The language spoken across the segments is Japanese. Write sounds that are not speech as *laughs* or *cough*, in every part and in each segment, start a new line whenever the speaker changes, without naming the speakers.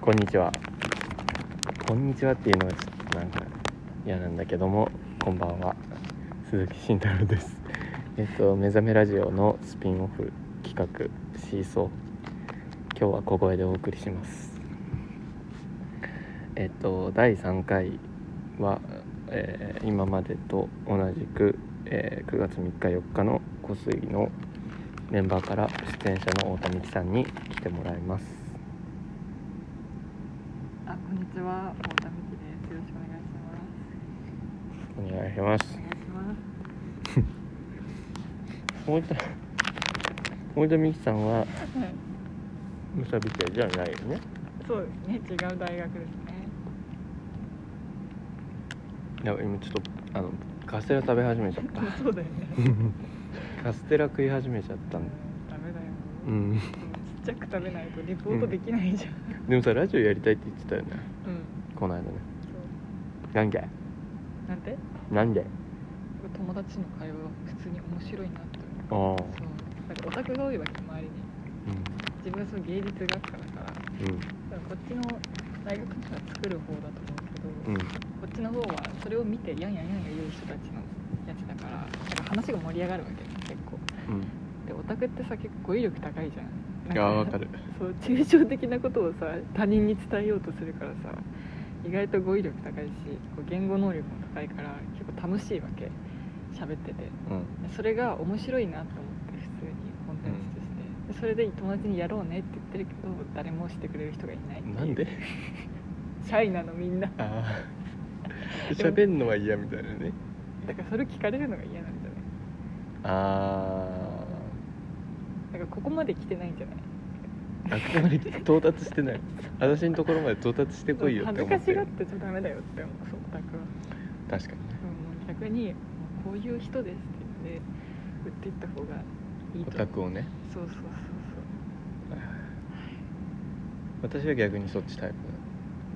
こんにちはこんにちはっていうのはちょっとなんか嫌なんだけどもこんばんは鈴木慎太郎です *laughs* えっと「目覚めラジオ」のスピンオフ企画「シーソー」今日は小声でお送りしますえっと第3回は、えー今までと同じく、えー9月3日4日の小杉のメンバーから出演者の太田美希さんに来てもらいます
あ、こんにちは、太田美希です。よろしくお願いし
お願
ます。
いします
お願いします。
森 *laughs* 田森田美樹さんは
はい、
むさび亭じゃないよね
そうですね、違う大学ですね。
いや今ちょっとあのカステラ食べ始めちゃった
そうだよね。
カステラ食い始めちゃったん
ダメだよ。
うん
ちっちゃく食べないとリポートできないじゃん。
でもさラジオやりたいって言ってたよね
うん。
この間ね
そう。
なんで
なんて？
なんで
友達の会話は普通に面白いなって
ああ
思う。そう。なんかオタクが多いわけ周りに。自分はそう芸術学科だから、だか
う
らこっちの大学の人は作る方だと思うけど。
んうんうん
こっちの方はそれを見てやんやんやんや言う人たちのやつだからなんか話が盛り上がるわけです結構でオタクってさ結構語彙力高いじゃん
うんい
な
や
ん
わかる
そう抽象的なことをさ他人に伝えようとするからさ意外と語彙力高いしこう言語能力も高いから結構楽しいわけ喋ってて
うん
それが面白いなと思って普通にコンテンツとして、でそれで友達にやろうねって言ってるけど誰もしてくれる人がいないっていう
なんで
シャイなのみんな
ああ *laughs* 喋んのは嫌みたいなね
だからそれ聞かれるのが嫌なんじゃない
あ
なんかここまで来てないんじゃない
ああそこまで到達してない私のところまで到達してこいよっ
恥
て
ず
思っ
か
て
しがっ
る
てちゃダメだよって思うそうオタクは、
確かにね
うん、逆にもうこういう人ですって言って売っていった方がいい
オ
と
タ
思う
クをね
そうそうそうそ
私は逆にそっちタイプ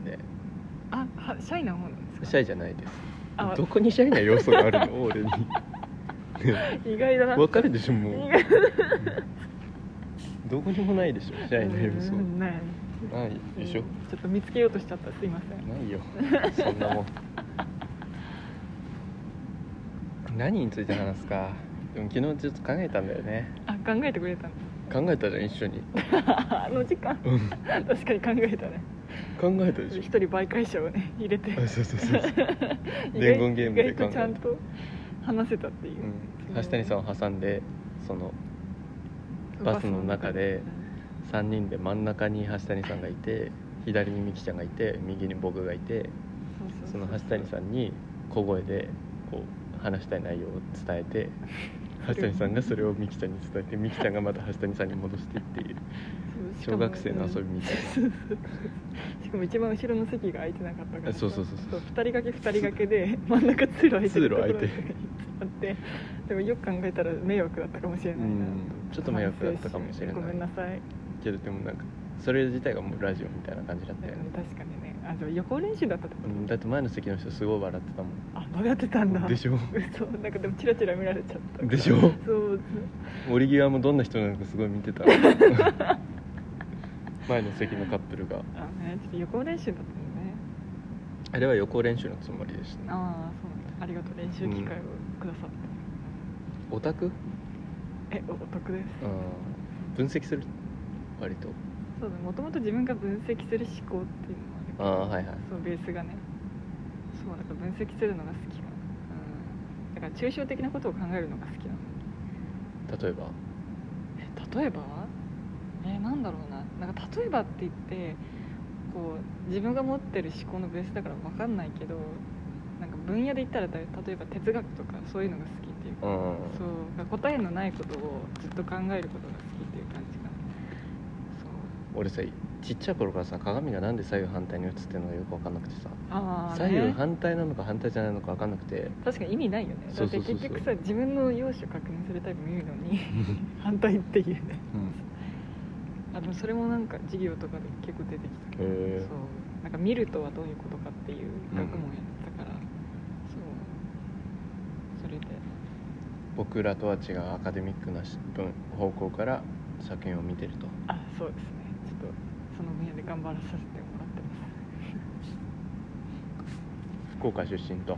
なんで
うあはシャイな方なんですか
シャ
イ
イじゃないです
あ
どこにシャイな要素がある
*laughs*
の俺に
意外だな
わかるでしょも
意 *laughs*
う
外
どこにもないでしょシャイな要素
うんない
ないでしょ
うんちょっと見つけようとしちゃったすいません
ない
*laughs*
よそんなもん何について話すかでも昨日ちょっと考えたんだよね
あ考えてく
*laughs*
れたの
考えたじゃん一緒に
あの時間
うん
確かに考えたね
考えたでし
*laughs* 一
ょ
人媒介者をね入れて
あそうそうそうそう、
意外
伝言ゲームで
意外とちゃん
考
と話せたっていうう、
ん、橋谷さんを挟んでそのバスの中で3人で真ん中に橋谷さんがいて左に美樹ちゃんがいて右に僕がいて
うん
その橋谷さんに小声でこう話したい内容を伝えて橋谷さんがそれを美樹ちゃんに伝えて美樹ちゃんがまた橋谷さんに戻してっていう
そう
小学生の遊びみたい
しかも一番後ろの席が空いてなかったから
そうそうそうそう
2人掛け2人掛けで真ん中通路空いてるところに
通路
座ってでもよく考えたら迷惑だったかもしれないな
うんちょっと迷惑だったかもしれない
反省ごめんなさい、
けどでもなんかそれ自体がもうラジオみたいな感じだったよね、
確かにねあじゃあ予行練習だったってこ
う
と、
ん、だって前の席の人すごい笑ってたも
あどうやってたんだ
んでし
ょ
ょ
嘘なんかでもチラチラ見られちゃった
でしょ
そう
折り際もどんな人なのかすごい見てた前の席のカップルが
あねちょっと予行練習だったのね
あれは予行練習のつもりでしたね
ああそうなんだありがとう練習機会をくださって、
オタク
えおお得です
うん分析する割と
そうだもともと自分が分析する思考っていうのもあるけど
ああはいはい
そうベースがねそうだから分析するのが好きなのうんだから抽象的なことを考えるのが好きなの
例えば
え例えばはえなんだろうななんか例えばって言ってこう自分が持ってる思考のベースだから分かんないけどなんか分野で言ったらだい例えば哲学とかそういうのが好きっていうか
うん
そうだから答えのないことをずっと考えることが好きっていう感じかなそう
俺さちっちゃい頃からさ鏡がなんで左右反対に映ってるのかよく分かんなくてさ
ああ、
左右反対なのか反対じゃないのか分かんなくて
確かに意味ないよね
そうそうそうそう
だって結局さ自分の容姿を確認するタイプもいるの
*laughs*
に反対っていうね
うん
あでもそれもなんか授業とかで結構出てきたけど、
へえ
そうなんか見るとはどういうことかっていう学問やったから、そうそれで
僕らとは違うアカデミックな分方向から作品を見てると
あそうですねちょっとその分野でで頑張らさせてもらってま
福岡出身と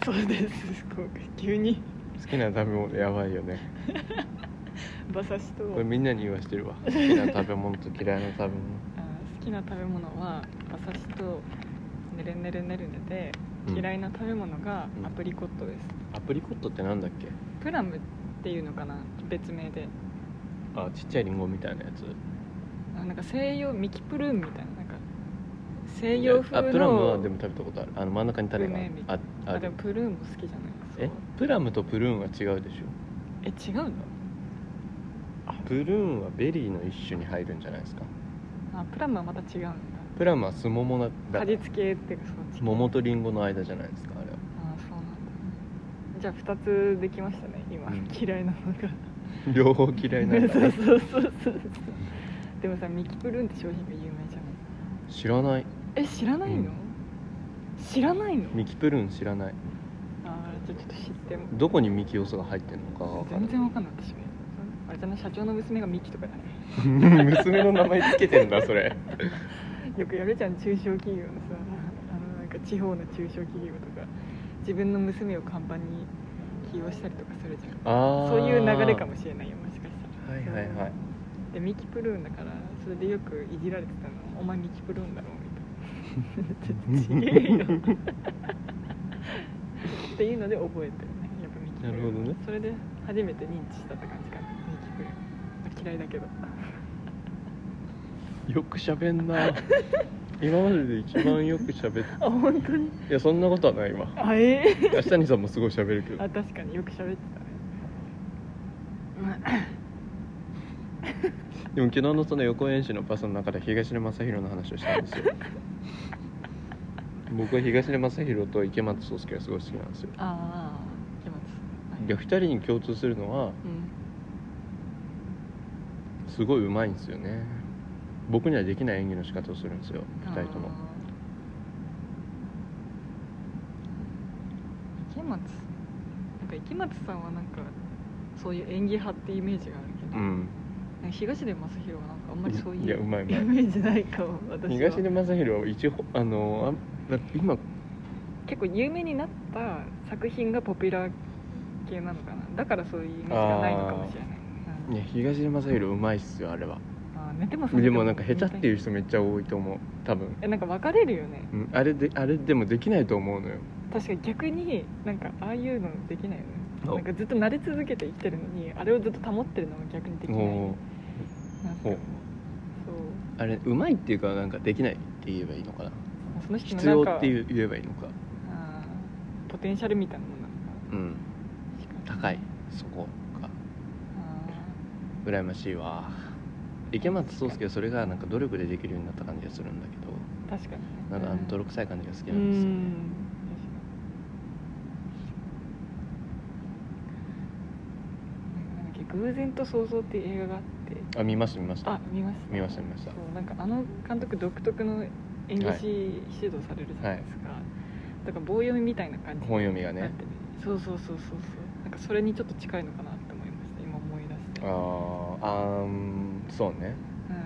すそうですすごく急に
好きな食べ物やばいよね
馬刺しと
これみんなに言わして
*laughs*
るわ好きな食べ物と嫌いな食べ物
あー好きな食べ物は馬刺しとねるねるねるねで
うん
嫌いな食べ物が
うん
アプリコットです、
アプリコットってなんだっけ
プラムっていうのかな別名で
あちっちゃいリンゴみたいなやつ
あなんか西洋ミキプルーンみたいななんか西洋風の
あプラムはでも食べたことあるあの真ん中に種が
梅み
ああ
あ
あ
で
る
もプルーンも好きじゃない
えプラムとプルーンは違うでしょ
え違うの
プルーンはベリーの一種に入るんじゃないですか
あプラムはまた違うんだ
プラムはスモモな
果
だ
実系っていうかそっち系
桃とリンゴの間じゃないですかあれは
あそうなんだじゃあ2つできましたね今、
うん
*laughs* 嫌いなのが
両方嫌いなんだ
*laughs* そう
ね
そうそうそうでもさミキプルーンって商品が有名じゃない
知らない
え知らないの、
うん
知らないの
ミキプルーン知らない
あーじゃあちょっと知っても
どこにミキ要素が入ってんのかわからない
全然わかんない私あれじゃない社長の娘がミキとかだね
*laughs* 娘の名前つけてんだそれ
よくやるじゃん中小企業のさあのなんか地方の中小企業とか自分の娘を看板に起用したりとかするじゃん
ああ
*laughs* そういう流れかもしれないよもしかしたら
はいはいはい
でミキプルーンだからそれでよくいじられてたの「お前ミキプルーンだろ」みたいな違えよっていうので覚えてるねやっぱミキプルー
な
ン
るほどね
それで初めて認知したって感じかなミキプルーンまあ嫌いだけど
よく喋んな今までで一番よく喋っ
あ本当に
いやそんなことはないわ
あええ
明日にさんもすごい喋るけど
あ確かによく喋ってたね
でも昨日のその予行演習のパスの中で東根正弘の話をしたんですよ僕は東根正弘と池松壮亮がすごい好きなんですよ
ああ気持ちはい
で2人に共通するのは
うん
すごい上手いんですよね僕にはできない演技の仕方をするんですよ2人とも
あー池松なんか池松さんはなんかそういう演技派ってイメージがあるけ
う
ど、
ん
なんか東出昌大はなんかあんまりそういう
いやうまいうまい
イメージないかも私は
東根正弘は一ほあのあだって今
結構有名になった作品がポピュラー系なのかなだからそういうイメージがないのかもしれない
いや東根正弘うまいっすよあれは
あー寝ても覚めて
で
も
もなんか下手っていうう人めっちゃ多いと思う多分、
えなんか分かれるよね
うん、あれであれでもできないと思うのよ
確かに逆になんかああいうのできないよね
お
なんかずっと慣れ続けて生きてるのにあれをずっと保ってるのも逆にできない
も
なんかも
お
うそう
あれうまいっていうかなんかできないって言えばいいのかな
うその人の
必
なん
要
か
っていう言えばいいのか
あーポテンシャルみたいなもんなの
う
か
ん
な確か
高いそこが
に
羨ましいわ池松壮亮はそれがなんか努力でできるようになった感じがするんだけど
あー確かにね
なんかあの
う
泥臭い感じが好き
う
なんですよ
ん確かになんかなんだっけ偶然と想像っていう映画があって
あ見ました見ました
あ見ました
見ました見ました
そうなんかあの監督独特の演技し指導されるじゃないですか、だから棒読みみたいな感じ
本読みが
になっ
ね
ててそうそうそうそうそうなんかそれにちょっと近いのかなって思いました今思い出して
あーあーうんそうね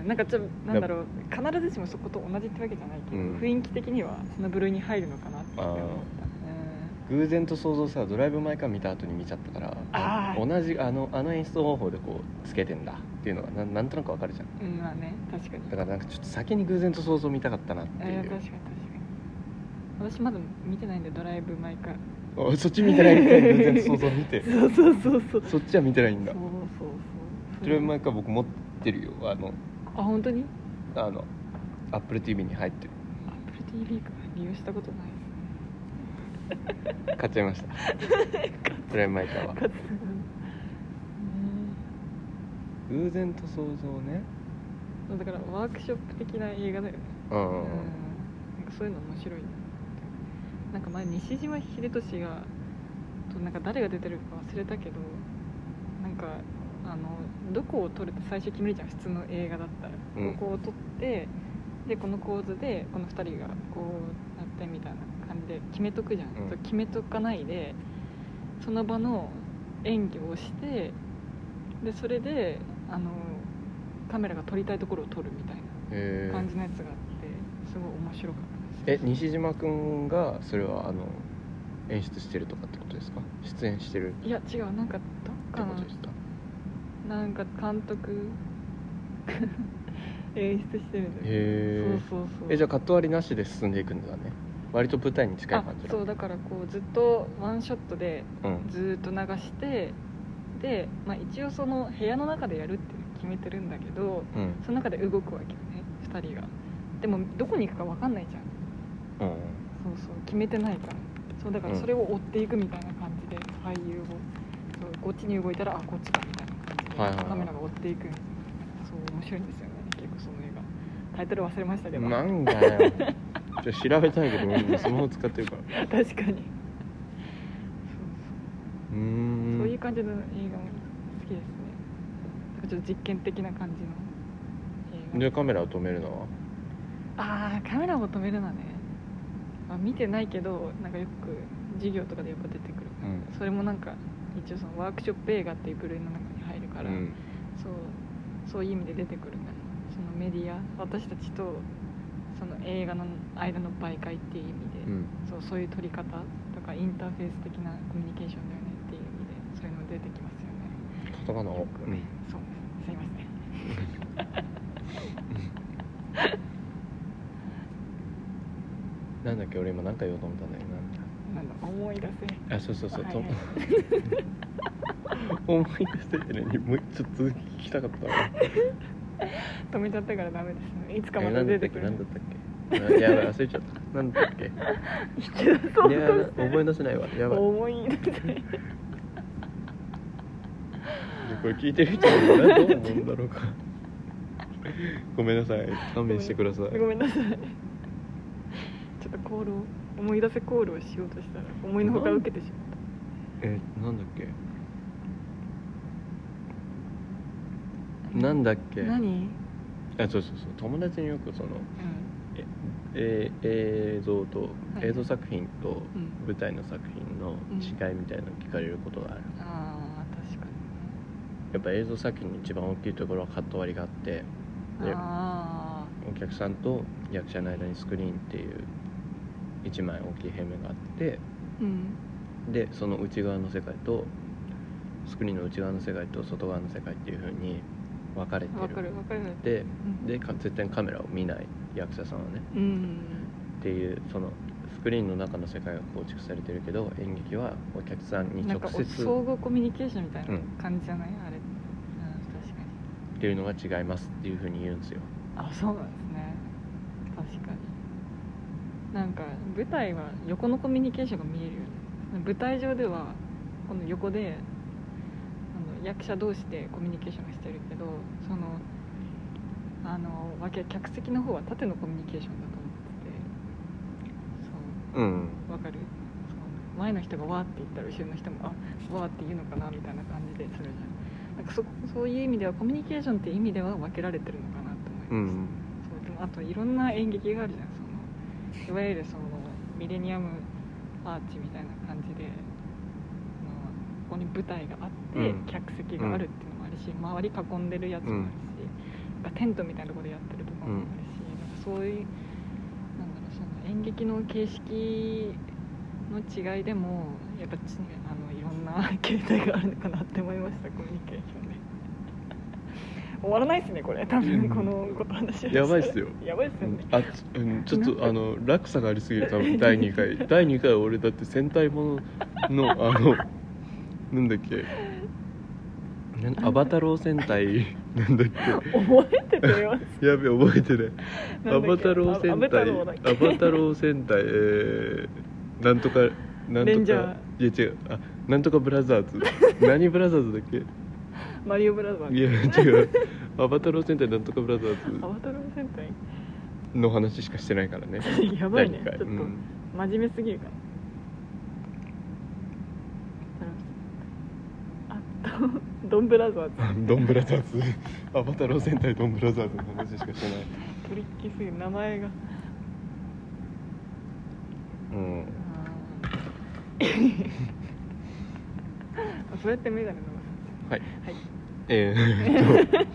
うん、なんかちょなんだろう必ずしもそこと同じってわけじゃないけど、
うん
雰囲気的にはその部類に入るのかなって思った
あー偶然と想像さドライブ・マイ・カー見た後に見ちゃったから
あー
同じあのあの演出方法でこうつけてんだっていうのがななんとなくわかるじゃん
うん、うん、まあね確かに
だからなんかちょっと先に偶然と想像見たかったなってい
えー
う
確かに確かに私まだ見てないんでドライブ・マイ・カー
あそっち見てないみたいな偶然と想像見 *laughs* て
そうそうそうそう
そっちは見てないん
そ
だ
うそうそう
ドライブ・マイ・カー僕持ってるよあの
あ本当に
あのアップル TV に入ってる
アップル TV か利用したことない
買っちゃいました *laughs* ドライブ・マイ・カーは
かつね
偶然と想像ね
だからワークショップ的な映画だよね
うん、
うんなんかそういうの面白いななんか前西島秀俊がとなんか誰が出てるか忘れたけどなんかあのどこを撮るって最初決めるじゃん普通の映画だったら、
うん
ここを撮ってでこの構図でこの2人がこうなってみたいな感じで決めとくじゃん、
うん
そう決めとかないでその場の演技をしてでそれであのカメラが撮りたいところを撮るみたいな
え
感じのやつがあってすごい面白かったで
え
すよ
西島くんがそれはあの演出してるとかってことですか出演してるっ
いや違うなんかどってか
こ
の
とですか
なんか監督 *laughs* 演出してるんだ
へ
よ
え
そうそうそう
えじゃあカット割りなしで進んでいくんだね割と舞台に近い
あ
感じだ
そうだからこうずっとワンショットで
うん
ずーっと流してで、まあ、一応その部屋の中でやるって決めてるんだけど
うん
その中で動くわけよね2人がでもどこに行くか分かんないじゃん
うん
そうそう決めてないからそうだから
うん
それを追っていくみたいな感じで、俳優をそうこっちに動いたらあこっちかみたいな感じで、
はいはいはい
カメラが追っていくみたいなそう面白いんですよね結構その映画タイトル忘れましたけど
な
*laughs* 確
んだ *laughs* よじゃあ調べたいけど俺もスマホ使ってるから
かにそうそう
うー
そうんいう感じの映画も好きですねなんかちょっと実験的な感じの映画
でカメラを止めるのは
ああカメラも止めるなね、まあ、見てないけどなんかよく授業とかでやっぱ出てくるから、
うん
それもなんか一応そのワークショップ映画っていう部類の中に入るから、
うん
そうそういう意味で出てくるからそのメディア私たちとその映画の間の媒介っていう意味
う
で、
ん
そうそういう撮り方とかインターフェース的なコミュニケーションだよねっていう意味でそういうの出てきますよね
カタカナを
よく
うん
そうすいません
なんだっけ俺今なんか言おうと思ったんだよなんだ
なんだ思い出せ
あそうそうそう、
はい
と *laughs* 思い出しててねもうちょっと続き聞きたかったわ
止めちゃったからダメですねいつか
え
ま
な
た
んだっ
出
たってけ
く
な
る
んだったっけあやばい *laughs* 忘れちゃったなんだったっけい
一度そう
や
と
覚え出せないわやばい
思い出せない
でこれ聞いてる人はどう思うんだろうかごめんなさい勘弁してください
*laughs* ごめんなさいちょっとコールを思い出せコールをしようとしたら思いのほか受けてしまっ
えなんだっけなんだっけ
た何、
あそうそうそう友達によくその、
うん
えー映像と
はい
映像作品と
うん
舞台の作品の違いみたいなの聞かれることがある、
あー確か
やっぱ映像作品の一番大きいところはカット割りがあってで
にねあ
お客さんと役者の間にスクリーンっていう一枚大きい平面があって
ーうん
でその内側の世界とスクリーンの内側の世界と外側の世界っていう風に分かれて
わ
る
かるわかる
で
うん
でか絶対にカメラを見ない役者さんはね
うん
っていうそのスクリーンの中の世界が構築されてるけど演劇はお客さんに
なん
直
か
接
総
っ
合コミュニケーションみたいな
うん
感じじゃない、あれうん確かに
ていうのが違いますっていう風に言うんですよ
あそうなんですね確かになんか舞台は横のコミュニケーションが見えるよね舞台上ではこの横であの役者同士でコミュニケーションがしてるけどそのあのわけ客席の方は縦のコミュニケーションだと思っててそ
うん
うわかるそう前の人がわーって言ったら後ろの人もあわーって言うのかなみたいな感じでするじゃんなんかそそういう意味ではコミュニケーションって意味では分けられてるのかなと思いました、
うん
そうでもあといろんな演劇があるじゃんそのいわゆるそのミレニアムアーチみたいな感じでそのここに舞台があって、
うん
客席があるっていうのもあるし、周り囲んでるやつもあるし、なんかテントみたいなところでやってるところもあるし、なんかそういうなんだろうその演劇の形式の違いでもやっぱちあのいろんな形態があるのかなって思いましたコミュニケーショ *laughs* ンね終わらないですねこれ多分このこと話
*laughs*
を
やばいっすよ
やばいっすよね、
あち,、うん、ちょっ
なん
と
か
あの落差がありすぎる多分第2回
*laughs*
第2回は俺だって戦隊もののあのなんだっけなんアバタロー戦隊
*laughs*
なんだっけ
覚えててよ
やべえ覚えてない
な
ア
んだ
バ
っけ
タロー
ア
戦
バタローだっ
隊
け
アバタロー戦隊えー、なんとかなん
レン
と
ジ
か
ャ
いや違うあなんとかブラザ
*laughs*
ーズ何ブラザーズだっけ
マリオブラザー
いや違
*laughs*
うアバタロー戦隊なんとかブラザ
ア
ー
バタロー戦
*laughs*
隊
ズの話しかしてないからね
やばいね
第
ち
二回
ょっと、
うん
真面目すぎるからあとドンブラザー
*laughs*
ズ
ドンブラザーズアバタロー戦隊ドンブラザーズの話しかしてない
トリッキーすぎる名前が
うん
あ *laughs* そうやってメガネ伸ば
はい
すはい
*laughs* えー、えっ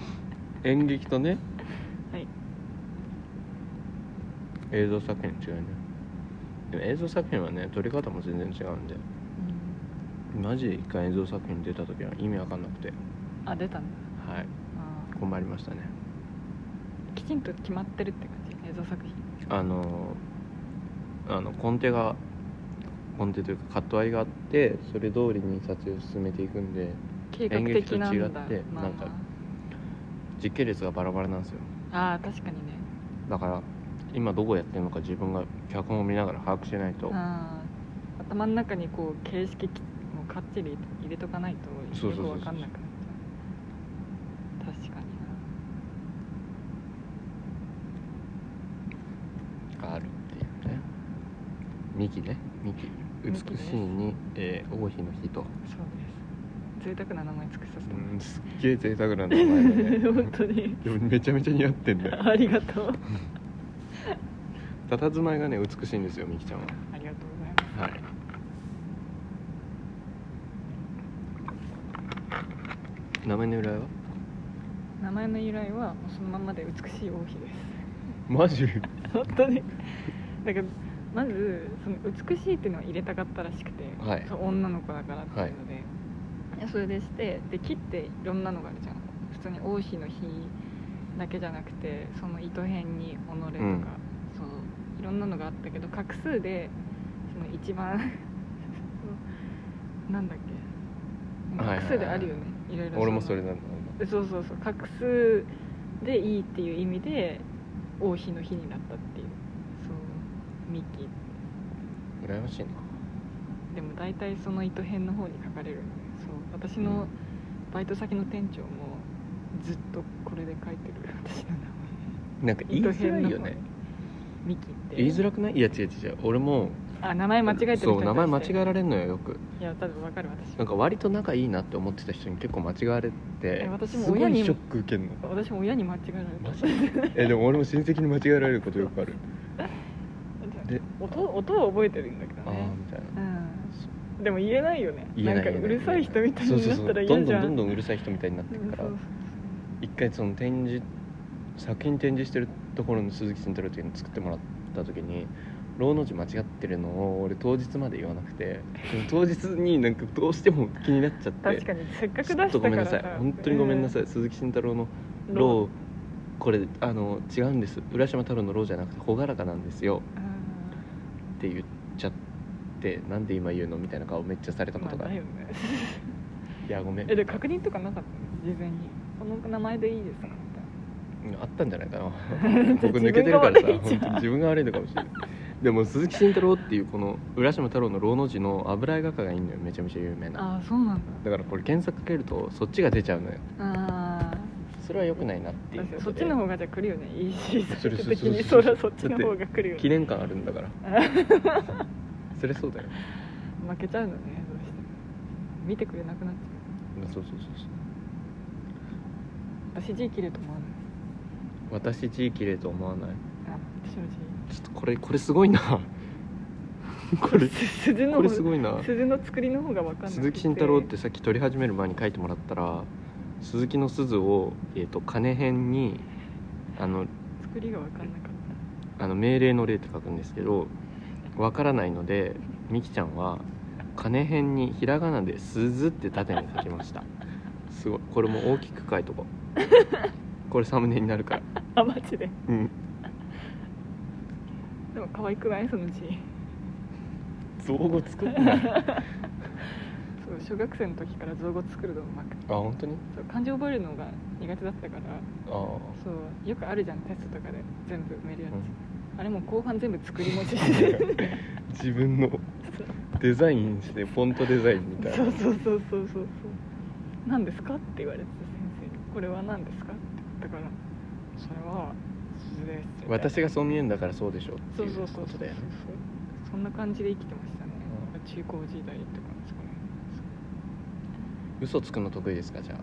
と演劇とね
はい
映像作品違うねでも映像作品はね撮り方も全然違うんでマジで一回映像作品出た時は意味わかんなくて
うん、あ出たんだ
はい
あー
困りましたね
きちんと決まってるって感じ映像作品
あのあのコンテがコンテというかカット割りがあってそれ通りに撮影を進めていくんで
計画的なんだ
演劇と違ってなんか実系列がバラバラなんですよ
ああー確かにね
だから今どこやってるのか自分が脚本を見ながら把握しないと
あー頭の中にこう形式もかっちり入れとかないと
そう
よ
そうそうそう
く分かんなくなっちゃう確かにな
があるっていうねミキねミキ
ミキ
美
です
しいに、えー王妃の日と
そうです贅沢な名前つくさせてもらっ
すっげえ贅沢な
た
名前だ
本 *laughs*
ね
当
*laughs*
に
でもめちゃめちゃ似合ってんだ
*laughs*
よ
ありがとう
佇まいがね美しいんですよミキちゃんは
ありがとうございます
はい名前の由来は
名前の由来はもうそのまんまで美しい王妃です
マ
*laughs*
ジ
本当にだからまずその美しいっていうのを入れたかったらしくて、
はい
そう女の子だからっていうので、いやそれでしてで切っていろんなのがあるじゃん普通に王妃の日だけじゃなくてその糸編に己とか、
うん
そういろんなのがあったけど画数でその一番 *laughs* そのなんだっけ
はいはいはい
画数であるよね、いろいろ
俺もそれ
の
なんだ
そうそうそう画数でいいっていう意味で王妃の日になったっていうそうミキ
羨ましいな
でも大体その糸編の方に書かれるのねそう私のバイト先の店長もずっとこれで書いてる私の名
なんか
前
言いづらいよね
ミキって
言いづらくないいや違う違う違う俺も
あ名前間違えてる人に対
そ
して
う名前間違えられんのよよく
いや多分わかる私
なんか割と仲いいなって思ってた人に結構間違われて
え私も
すご
親に
い
も
ショック受けんの *laughs*
私も親に間違えられた
マジえでも俺も親戚に間違えられることよくあるで
音音は覚えてるんだけ
あ
ど
あ
ね
みたいな
うんでも言えないよね
言えない
なんかうるさい人みたい
そう
に
そう
な
そ
っ
う
たら嫌じゃ
どんどん
ん
どんどんうるさい人みたいになって
う
る
ん
か
そ
ら
う
一回その展示作品展示してるところの鈴木慎太郎っていうのを作ってもらった時に「ローの字間違ってるのを俺当日まで言わなくてでも当日になんかどうしても気になっちゃって
確かにせっかく出
ち
し
ょったと
か
ごめんな
ら
さ
さ
い本当にごめんなさい、鈴木慎太郎の「ロー」これあの違うんです浦島太郎の「ロー」じゃなくて「朗らかなんですよ」
うん
っ
あ
て言っちゃってなんで今言うのみたいな顔めっちゃされた
ー
こと
ま
があ
あない
る、
よね
いやごめん
えで確認とかなかったの事前にこの名前でいいですかみたい
あったんじゃない
*laughs*
かな
分
僕抜けてるからさ
が悪いじゃ
本
ん
当に自分が悪いのかもしれないでも鈴木慎太郎っていうこの浦島太郎の老の字の油絵画家がいんのよめちゃめちゃ有名な
なあーそうなん
だからこれ検索かけるとそっちが出ちゃうのよ
だあ
それは良くないなっていう
あ
こ
そ
と
っ
で
ちの方がじゃあ来るよね EC サ
そ
イ
れ
ト
それ
的に
そ
そ
れ
りゃそっちの方が来るよ
記
ね
念感あるんだから *laughs* それそうだよ
負けちゃうのねどうしても見てくれなくなっちゃ
そうそうそうそう
う私字切ると思わない
私字綺麗と思わない
あ私の字
ちょっとこれこれすごいな *laughs* こ
*laughs*
れ
鈴の
こ
方
れすごいな
鈴の作りの方が分かんない
鈴木慎太郎ってさっき撮り始める前に書いてもらったら鈴木の鈴を、えー、と金編にあの
作りが分かんなかった
あの命令の例って書くんですけどわからないのでみきちゃんは金編にひらがなで「鈴」って縦に書きましたすごいこれも大きく書いとこう *laughs* これサムネになるから
あマジで
うん
でも可愛くないその字
造語作ってないあ
そう小学生の時から造語作るのうまくて
本当に
そう漢字覚えるのが苦手だったか
あ
らそうよくあるじゃんテストとかで全部埋めるやつ、
うん
あれもう後半全部作り文
*laughs*
字して
あ自分のデザインしてフォントデザインみたい
そ
な
うそうそうそうそうそう何ですかって言われてた先生にこれは何ですかって言ったからそれは鈴ですみたいな
私がそう見えんだからそうでしょって
そ
いうう
そう
こ
そうそ
と
う
だよね
そんな感じで生きてましたね、
う
中高時代とかですかね
嘘つくの得意ですかじゃ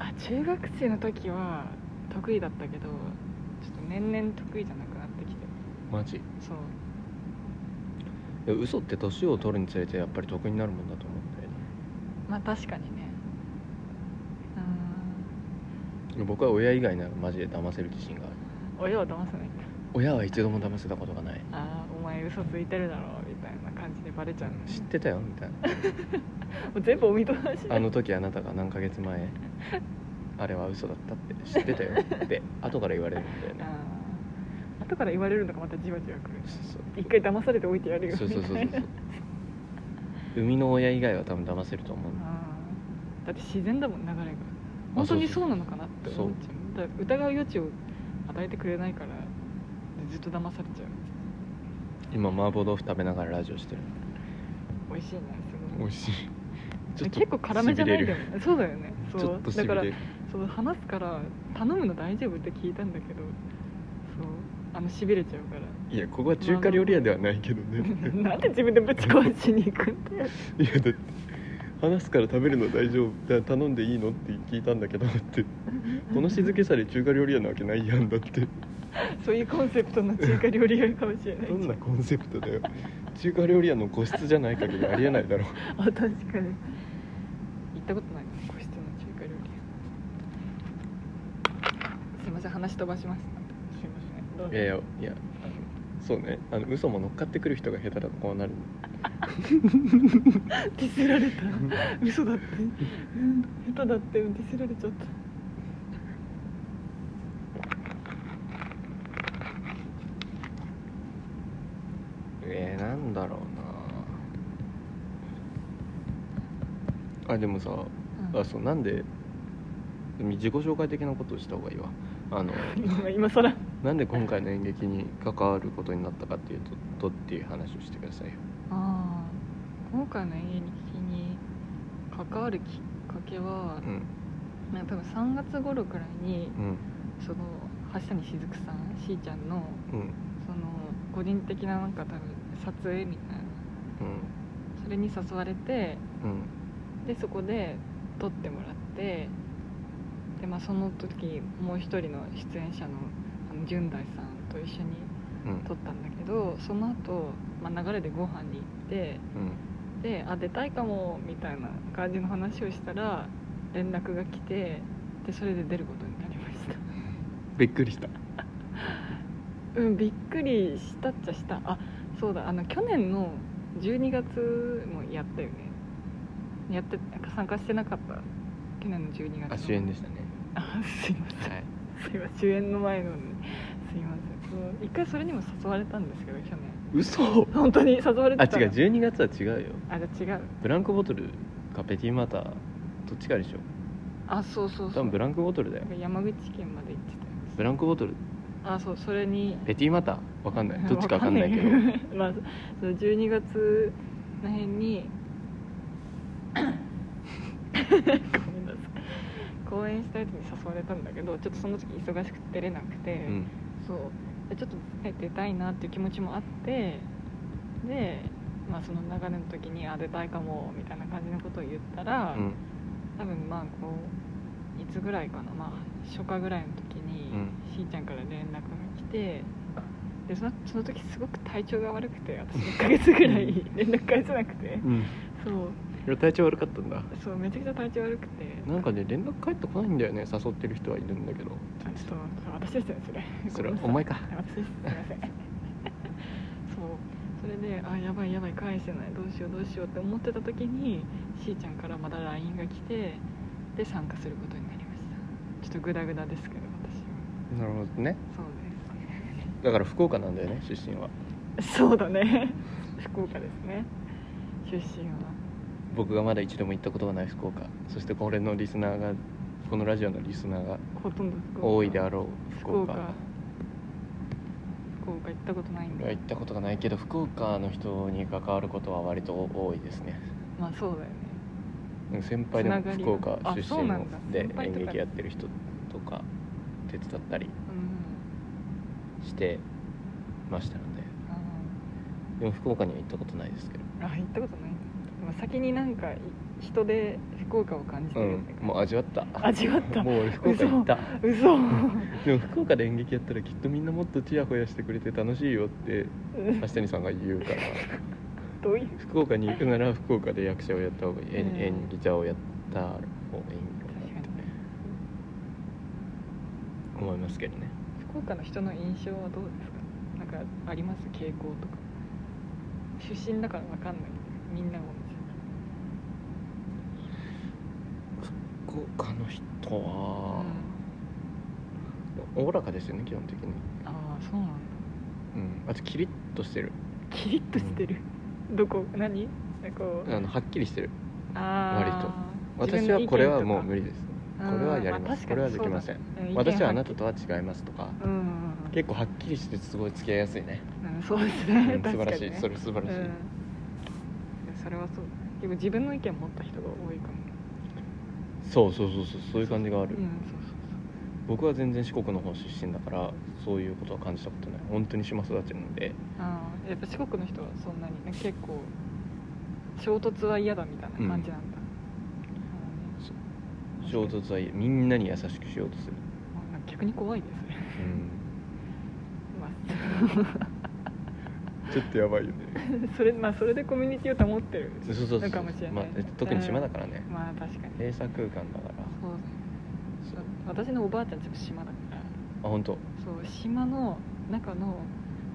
あ中学生の時は得意だったけどちょっと年々得意じゃなくなってきて
あマジ
そう
で嘘って年を取るにつれてやっぱり得意になるもんだと思うんだよね
まあ確かにねう
僕は親以外ならマジで騙せる自信がある
ーん親は騙さないんだ
親は一度も騙せたことがない
あーお前嘘ついてるだろみたいな感じでバレちゃうの
知ってたよみたいな
もう全部お見通しだ
あの時あなたが何ヶ月
*laughs*
前あれは嘘だったって知ってたよって後から言われるんだよね
あー後から言われるのがまたじわじわくる
そう
一回騙されておいてやるよ
そうそうそうそう
み
そ
た *laughs* いうな
生みの親以外は多分騙せると思う
あーだって自然だもん流れが本当にそうなのかなって思っちゃうだから疑う余地を与えてくれないからずっと騙されちゃう
今麻婆豆腐食べながらラジオしてる
美味しいねす
美
ごい
味しい
結構辛めじゃないんだよねそうだよね
ち
そ
ょっ
う
とし
だ
び
から
れる
そう話すから頼むの大丈夫って聞いたんだけどそうあのしびれちゃう
*laughs*
から
いやここは中華料理屋ではないけどね
なんで自分でぶち壊しに行くんだよ
いやだって話すから食べるの大丈夫だから頼んでいいのって聞いたんだけどってこの静けさで中華料理屋なわけないやんだって
そういうコンセプトの中華料理屋かもしれない
どんなコンセプトだよ中華料理屋の個室じゃない限りありえないだろ
あ確かに行ったことないな個室の中華料理屋すいません話飛ばしましたすいませんどうぞ
いやいやいやあのそうねあの嘘も乗っかってくる人が下手だとこうなる
ディスら
*laughs*
れた嘘だってうん下手だってディスられちゃった
えー、なんだろうなあでもさあそうなんで自己紹介的なことをした方がいいわあ *laughs* の
今今更
なんで今回の演劇に関わることになったかっていうととっていう話をしてくださいよ
ああ今回の演劇に関わるきっかけは
う、ん
なんか多分3月頃くらいに
うん
その橋谷しずくさんしーちゃんの
うん
その個人的ななんか多分撮影みたいなそれに誘われて
うんうん
でそこで撮ってもらってで、まあ、その時もう一人の出演者のあの純大さんと一緒に
うん
撮ったんだけどその後、まあ流れでご飯に行って。
うん
で「あ出たいかも」みたいな感じの話をしたら連絡が来てでそれで出ることになりました
びっくりした
うんびっくりしたっちゃしたあそうだあの去年の12月もやったよねやって参加してなかった去年の12月の
あ主演でしたね
あすいま
*laughs*
せん
はい
すいません主演の前のにすいませんそう一回それにも誘われたんですけど去年
嘘
本当に誘われ
あ
てた
違う
う
12月は違うよ
あじゃあ違う
ブランクボトルかペティマーターどっちかでしょ
あそうそう
多
そう
分ブランクボトルだよ
なんか山口県まで行ってたよ
ブランクボトル
あそうそれに
ペティマーターわかんないどっちかわかんないけど
わかんないけど *laughs* まあその12月らへ
*laughs*
んにごめんなさい公演したやつに誘われたんだけどちょっとその時忙しくて出れなくて、
うん
そうでちょっと出たいなっていう気持ちもあってで、まあ、その流れの時に「あ出たいかも」みたいな感じのことを言ったら、
うん
多分まあこういつぐらいかな、まあ、初夏ぐらいの時に、
う
しーちゃんから連絡が来てでそのその時すごく体調が悪くて私1ヶ月ぐらい連絡返せなくて
うん
そう
いや体調悪かったんだ
そうめちゃくちゃ体調悪くて
なんかね連絡返ってこないんだよね誘ってる人はいるんだけど
あちょっとそう私ですよね
そ
それ
れは
ご
お
めんなさい
前か
私ですすいません *laughs* そうそれであやばいやばい返せないどうしようどうしようって思ってた時にしーちゃんからまだ LINE が来てで参加することになりましたちょっとグダグダですけど私
な
は
るほどね
そう
だから福岡なんだよね出身は
ですそうだね福岡ですね出身は
僕がまだ一度も行ったことがない福岡そしてこれのリスナーがこのラジオのリスナーが
ほとんど福岡
多いであろう
福
福岡
岡福岡行ったことないん
俺は
で
行ったことがないけど福岡の人に関わることは割と多いですね
まあそうだよね
うん先輩でも
つながり
福
が
岡
あ
出
そう
身
な
の
んだ
で
先輩
演
とか
劇やってる人とか手伝ったり
うん
してましたので
あの
でも福岡には行ったことないですけど、
あ行ったことないでも先になんかい人で福岡を感じて
う
るっ
ん
て感じ、
もう味わった
味わった
*laughs* もう俺福岡行った
嘘
でも福岡で演劇やったらきっとみんなもっとチヤホヤしてくれて楽しいよって橋谷さんが言うから
どういう
福岡に行くなら福岡で役者をやった方がいい、
うん
演技者をやった方がいいのか
確
な
か
って
に
思いますけどね
福岡の人の印象はどうですかかあります傾向とか出身だから分かんないみんなが同じ
福岡の人は
うん
おおらかですよね基本的に、
ああそうなんだ
うん、あとキリッとしてる
キリッとしてる、どこ何なんかこう
あのはっきりしてる
あー自分
私
の
は
意見と
これはもう無理です
こ
これはやります、これはできません私はあなたとは違いますとか
うんうんうん
結構はっきりしてすごい付き合いやすい
*laughs*
ね、
うんそうです
う
ね
ん素
確
晴
からに
しい、
ね
それ素晴らしい、
うん、それはそうでも自分の意見持った人が多いかも
そうそうそうそうそういう感じがある、
うんそうそうそ
僕は全然四国の方出身だからそういうことは感じたことない本当に島育ちなので
うあーやっぱ四国の人はそんなに、ね、結構衝突は嫌だみたいな感じなんだ、うん
衝突はいいみんなに優しくしようとする、
あなんか逆に怖いですね、
うん、
まあ
ちょっとやばいよね
*laughs* それまあそれでコミュニティを保ってる
そうそうそう
のかもしれない
まあ、特に島だからね、
まあ確かに
閉鎖空間だから
そうだね
そう
私のおばあちゃんちも島だから
あ本当
そう島の中の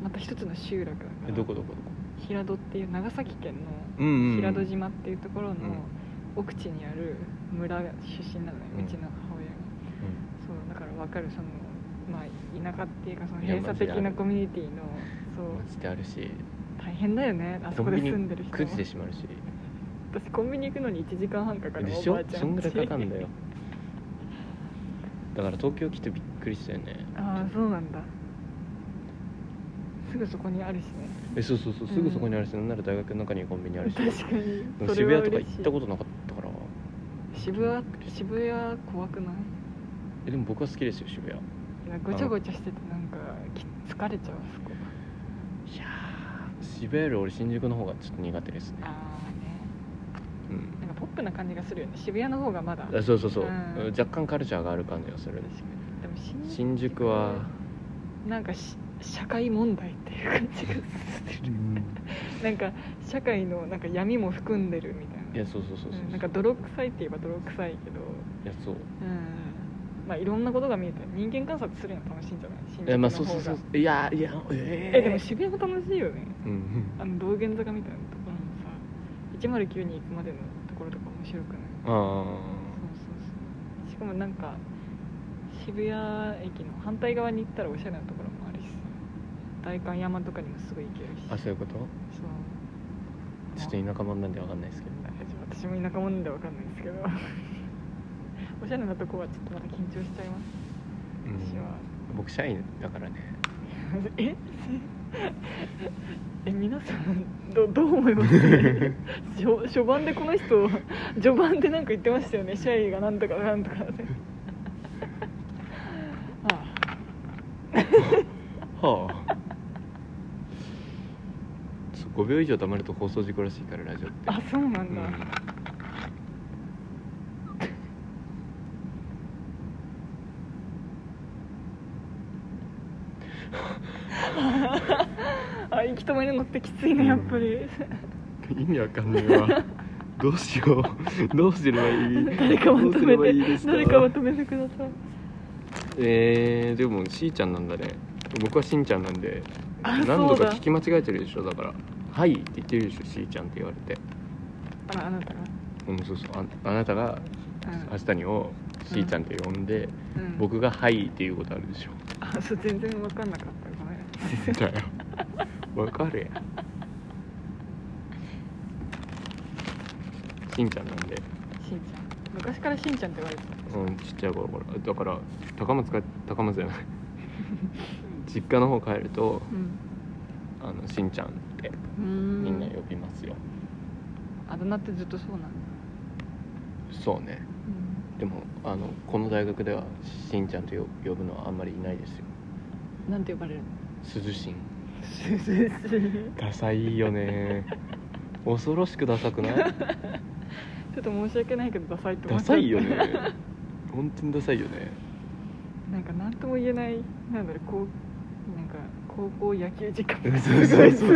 また一つの集落だから
えどこどこどこ
平戸っていう長崎県
うんうん
の
うん
平戸島っていうところの
ん
奥地にある村出身なのね、
う
うんちの母親がそうだから分かるそのまあ田舎っていうかその
いや
閉鎖的
マジであ
な
る
コミュニティのそう
マジであるし
大変だよねあそこで住んでる人
くじてしまうし
私コンビニ行くのに1時間半かかる
で
お
しょ
ばあちゃん
そんぐらいかか
る
んだよだから東京来てびっくりしたよね
ああそうなんだすぐそこにあるしね
えそうそうそうすぐそこにあるし、なんなら大学の中にコンビニあるし
確かに
でも渋谷とか
*laughs* それは嬉
行
しい
ったことなかったから
渋谷渋谷怖くない
えでも僕は好きですよ渋谷
いやごちゃごちゃしててなんかき疲れちゃうあそこ
いや渋谷より俺新宿の方がちょっと苦手ですね
ああね
うん
なんかポップな感じがするよね渋谷の方がまだ確
あそうそうそう、
うん
若干カルチャーがある感じがする
かにでも新
新宿は、
なんかし社会問題っていう感じがする
*laughs*
なんか社会のなんか闇も含んでるみたいない
やそうそうそうそう、
うんなんか泥臭いって言えば泥臭いけど
いやそう
うんまあいろんなことが見えて人間観察するの楽しいんじゃない新
い
宿の方が
やまあそうそうそういやいやえー
えでも渋谷も楽しいよね
うん
あの道玄坂みたいなところもさ109に行くまでのところとか面白くない
うんあ
そうそうそうしかもなんか渋谷駅の反対側に行ったらおしゃれなところもあるしさ代官山とかにもすぐ行けるし
ああそういうこと
そう
ちょっと田舎者なんでわかんないですけど
大丈夫私も田舎者でわかんないですけど *laughs* おしゃれなとこはちょっとまだ緊張しちゃいます私は、
僕社員だからね
*laughs* ええ皆さんどどう思
*laughs*
います序序盤でこの人序盤でなんか言ってましたよねシャイがなんとかなんとかってああ
はあそう5秒以上溜まると放送事故らしいからラジオって
あそうなん
う
だ、
ん
あ行き止まりの乗ってきついねやっぱり、
意味わかんない *laughs* わどうしようどうすればいい
誰かま
ど
と
うすれ
め
ば
て
いいですか
誰かまとめてください
えー、でもしーちゃんなんだね僕はしんちゃんなんで
あ
何
そ
度
う
か
だ
聞き間違えてるでしょだから「はい」って言ってるでしょしーちゃんって言われて
ああなたが、
うんそうそうああなたが
うん
橋谷をしーちゃんって呼んで、
うん、
僕が「はい」っていうことあるでしょ
あそう全然分かんなかったごめん
だよわかるやんしんちゃんなんで、
しんちゃん昔からしんちゃんって言われてた
うん、ちっちゃい頃からだから高松か高松じゃない実家の方帰ると
うん
あのしんちゃんってみ
み
んな呼びますよ、
あだ名ってずっとそうなんだ、
そうねでもあのこの大学ではしんちゃんとよ呼ぶのはあんまりいないですよ
なんて呼ばれるの *laughs*
涼しん
すずしい
ダサいよね *laughs* 恐ろしくダサくない
ちょっと申し訳ないけどダサいって思
ダ
っちゃ
サ
う
いよ *laughs* ね本当にダサいよね
なんか何とも言えないなんだろうこうなんか高校野球時間
そうそうそう
*laughs*
い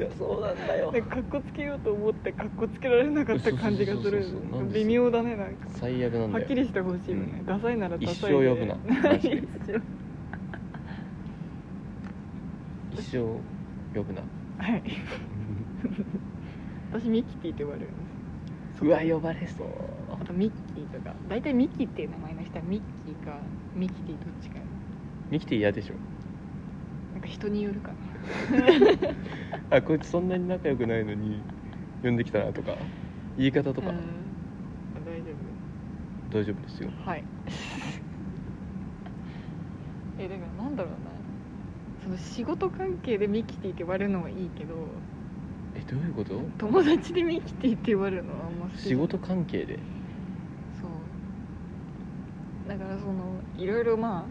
やそうなんだよ
なんかかっこつけようと思ってかっこつけられなかった感じがする
そうそうそうそうなんで
微妙だねなんか
最悪なんだ
は
よ
っきりしてほしいよね、
うん
ダサいならダサい
一
で
生呼ぶなマジで
一生
一生呼ぶな
*laughs* はい私ミキティって呼ばれるんです
うわ呼ばれ *laughs* そう
あとミッキーとか大体ミキっていう名前の人はミッキーかミキティどっちか
ミキティ嫌でしょ
なんか人によるかな
あこいつそんなに仲良くないのに呼んできたなとか言い方とか
うんあ大丈夫
大丈夫ですよ
はいえだからなんだろうなその仕事関係でミキティって呼ばれるのはいいけど
えどういうこと
友達でミキティって呼ばれるのはあんま好きじ
仕
ゃない
事関係で
そうだからそのいろいろま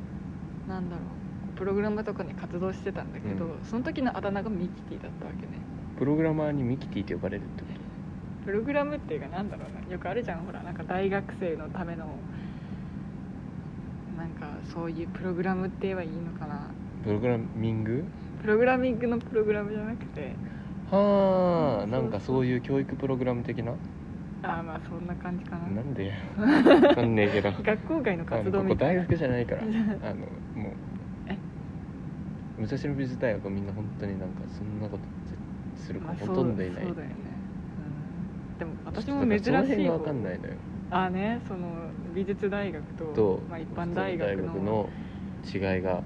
あなんだろうプログラムとかに活動してたんだけど、
う
その時のあだ名がミキティだったわけね
プログラマーにミキティって呼ばれるってこ
プログラムっていうかなんだろうなよくあるじゃんほらなんか大学生のためのなんかそういうプログラムって言えばいいのかな
とプログラミング
プログラミングのプログラムじゃなくて
はあ
うん
なんかそういう教育プログラム的な
ああまあそんな感じかな
なん *laughs* でわかんねえけど
学校外の
あ
活
の
動
こ
み
こ
た
大
いな
学じゃない
*laughs*
からあのもう
え
武蔵野美術大学はみんな本当になんかそんなことぜする子
まあそう
ほとんどいない、
そうだよね、うん、でも私
ちょっ
も
とだ
珍し
からその辺
い
が
方
分かんないのよ
ああねその美術大学と
と、
まあ、一般大学の
普通の大学の違いが
確か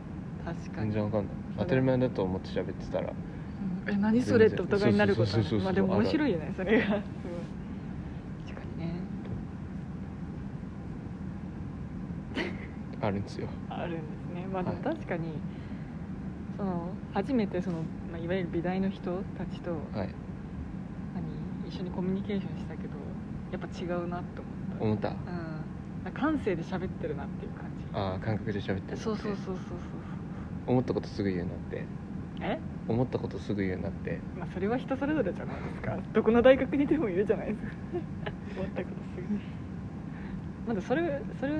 全
に
然分かんない当たり前だと思って喋ってたら
うんえ何それってお互いになることは
そうそうそうそう
まあでも面白いよねそれがすごい確かにね
あるんですよ
あるんですねまあでも
はい
確かに、その初めてその、まあ、いわゆる美大の人たちと
はい
何一緒にコミュニケーションしたけどやっぱ違うなって思
思
っ
った
た、うん、なんか感性で喋ってるなっていう感
ああ感覚で喋ってる
じそうそうそうそうそうそう
思ったことすぐ言うなって
え
思ったことすぐ言うなって
まあそれは人それぞれじゃないですかどこの大学にでもいるじゃないですか思ったことすぐ *laughs* まだそれそれ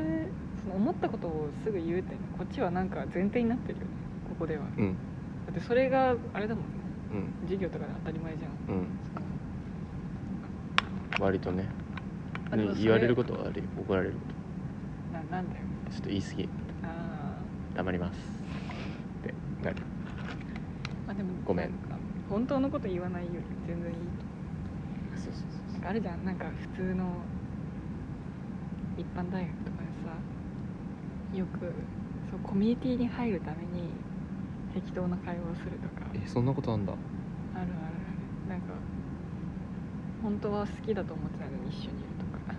その思ったことをすぐ言うっていうのはこっちはなんか前提になってるよねここではだ
うん
ってそれがあれだもんね
うん
授業とかで当たり前じゃ
う
ん
ん割とね
あでもそ
言われることはあり怒られるこ
ななんだよ
とちょっと言い過ぎ
あ
黙りますってなる
ー、まあでも
ごめん
なか本当のこと言わないより全然いい
そうそうそう
とあるじゃんなんか普通の一般大学とかでさよくそうコミュニティに入るために適当な会話をするとか
えそんなことあん *laughs* だ
あるあるあるなんか本当は好きだと思ってないのに一緒にいるとか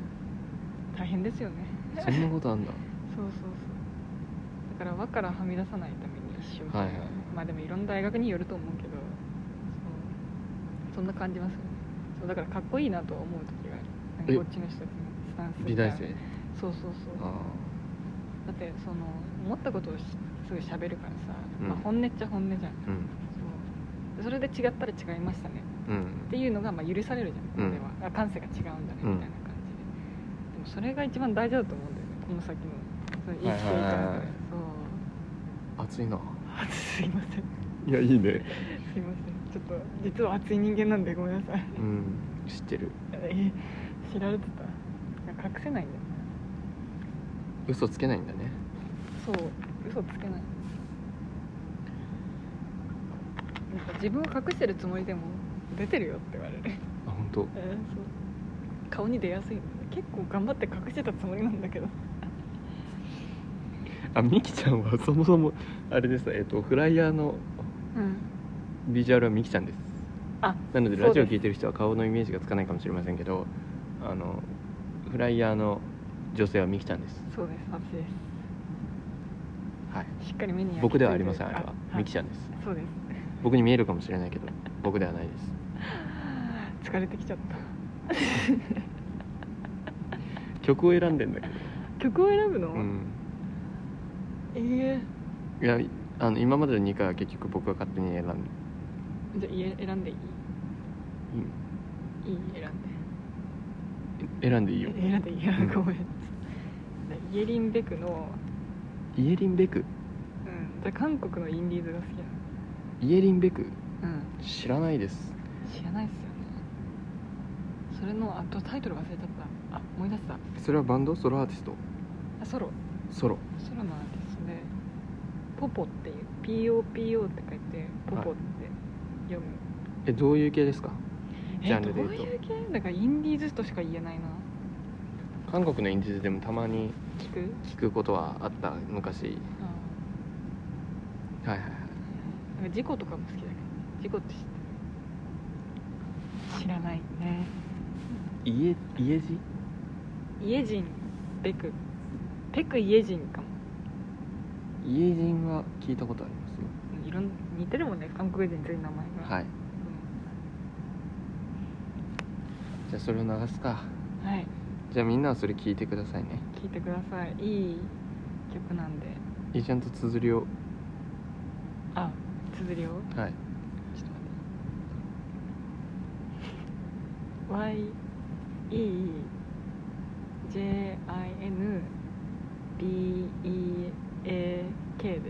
大変ですよね
そんなことあんだ
そうそうそうだから輪からはみ出さないために一緒に、
はいはい
まあでもいろんな大学によると思うけどそうそんな感じますよねそうだからかっこいいなとは思う時があるなんか
え
こっちの人たちのスタンスが
美大生
そうそうそう
あ
だってその思ったことをしすぐ喋るからさ、
うん
まあ、本音っちゃ本音じゃん
あうん
そうそれで違ったら違いましたね
うん
っていうのがまあ許されるじゃんここでは、あ感性が違うんだねみたいな感じで、でもそれが一番大事だと思うんだよねこの先のその生きていく
はいはいはいはい
上でそう
熱いな
あすいません
いやいいね
すいませんちょっと実は熱い人間なんでごめんなさい *laughs*
うん知ってる
え知られてた隠せないんだよね
嘘つけないんだね
そう嘘つけないなんか自分を隠してるつもりでも出てるよって言
*laughs*
われる
あ本当
えーそう顔に出やすいんだね結構頑張って隠してたつもりなんだけど
あみきちゃんはそもそもあれですえっとフライヤーの
うん
ビジュアルはみきちゃんです
あ
なので
そう
ラ
です
ジオ聞いてる人は顔のイメージがつかないかもしれませんけどあのフライヤーの女性はみきちゃんです
そうです私で
はい
すしっかり目に焼き付いて
僕ではありませんあれはみきち
ゃ
ゃんです
んそうです
僕に見えるかもしれないけど僕ではないです
疲れてきちゃった
曲を選んでんだけど
曲を選ぶの、
うん
え
いやあの今までの2回は結局僕が勝手に選んで
えじゃあいえ選んでいい
うん
いい選んで
選んでいいよ
選んでいいよ
うん
ごめんじゃあイエリン・ベクの、
イエリン・ベク
うん、じゃあ韓国のインディーズが好きな
イエリン・ベク
のうん
知らないです
知らないっすよねそれのあとタイトル忘れちゃったあ思い出した
それはバンドソロアーティスト
あソロ
ソロ
ソロのアーティストでポポっていう POPO って書いてポポって読む、
えどういう系ですかジャンルで言うと
えどういう系だからインディーズとしか言えないな
韓国のインディーズでもたまに
聞く
聞くことはあった昔
あ
はいはいはい
ーなんか事故とかも好きだけどね事故って知ってる知らないね
家家路
家人ペクペク家人かも
家人は聞いたことありますよ
いろん似てるもんね韓国人全員名前が
はいじゃあそれを流すか
うんはい
じゃあみんなはそれ聞いてくださいね
聞いてくださいいい曲なんで
いいちゃんと綴りを
あ綴りを
はい
ちょっと待って Y E J I N B E A K です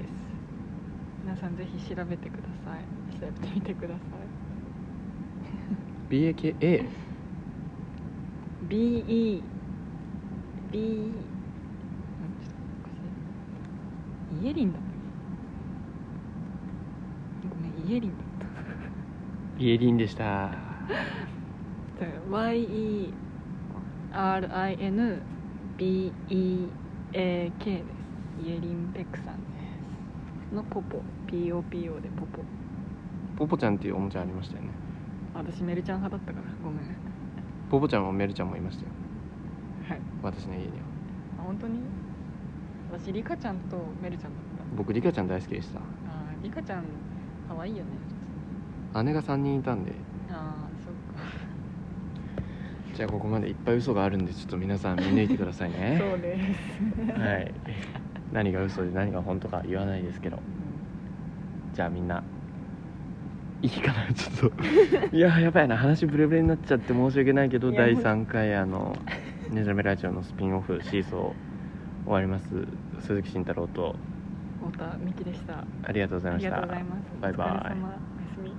皆さんぜひ調べてください調べてみてください
BAKA
B E B あちょっとおかしいイエリンだったごめんイエリンだった
家輪でしたは
YERINBEAK ですイエリン・ペクさんですのポポ POPO でポポ
ポポちゃんっていうおもちゃありましたよね
私メルちゃん派だったからごめん
ポポちゃんもメルちゃんもいましたよ
はい
私の家には
あ本当に私リカちゃんとメルちゃんだっ
僕リカちゃん大好きでした
たあーリカちゃん可愛いよね
姉が3人いたんで
ああそっ
じゃあここまでいっぱい嘘があるんでちょっと皆さん見抜いてください
か
ね
*laughs* そうです、
はい何が嘘で何が本当か言わないですけどじゃあみんないいかなちょっ
*laughs*
といややばいな話ブレブレになっちゃって申し訳ないけど
いや
第3回あの「ねじゃめラジオ」のスピンオフシーソー終わります鈴木慎太郎と
太田美希でした
ありがとうござい
あ
まし
り
た
がとうございます
バイバイ
お疲れ様おやすみ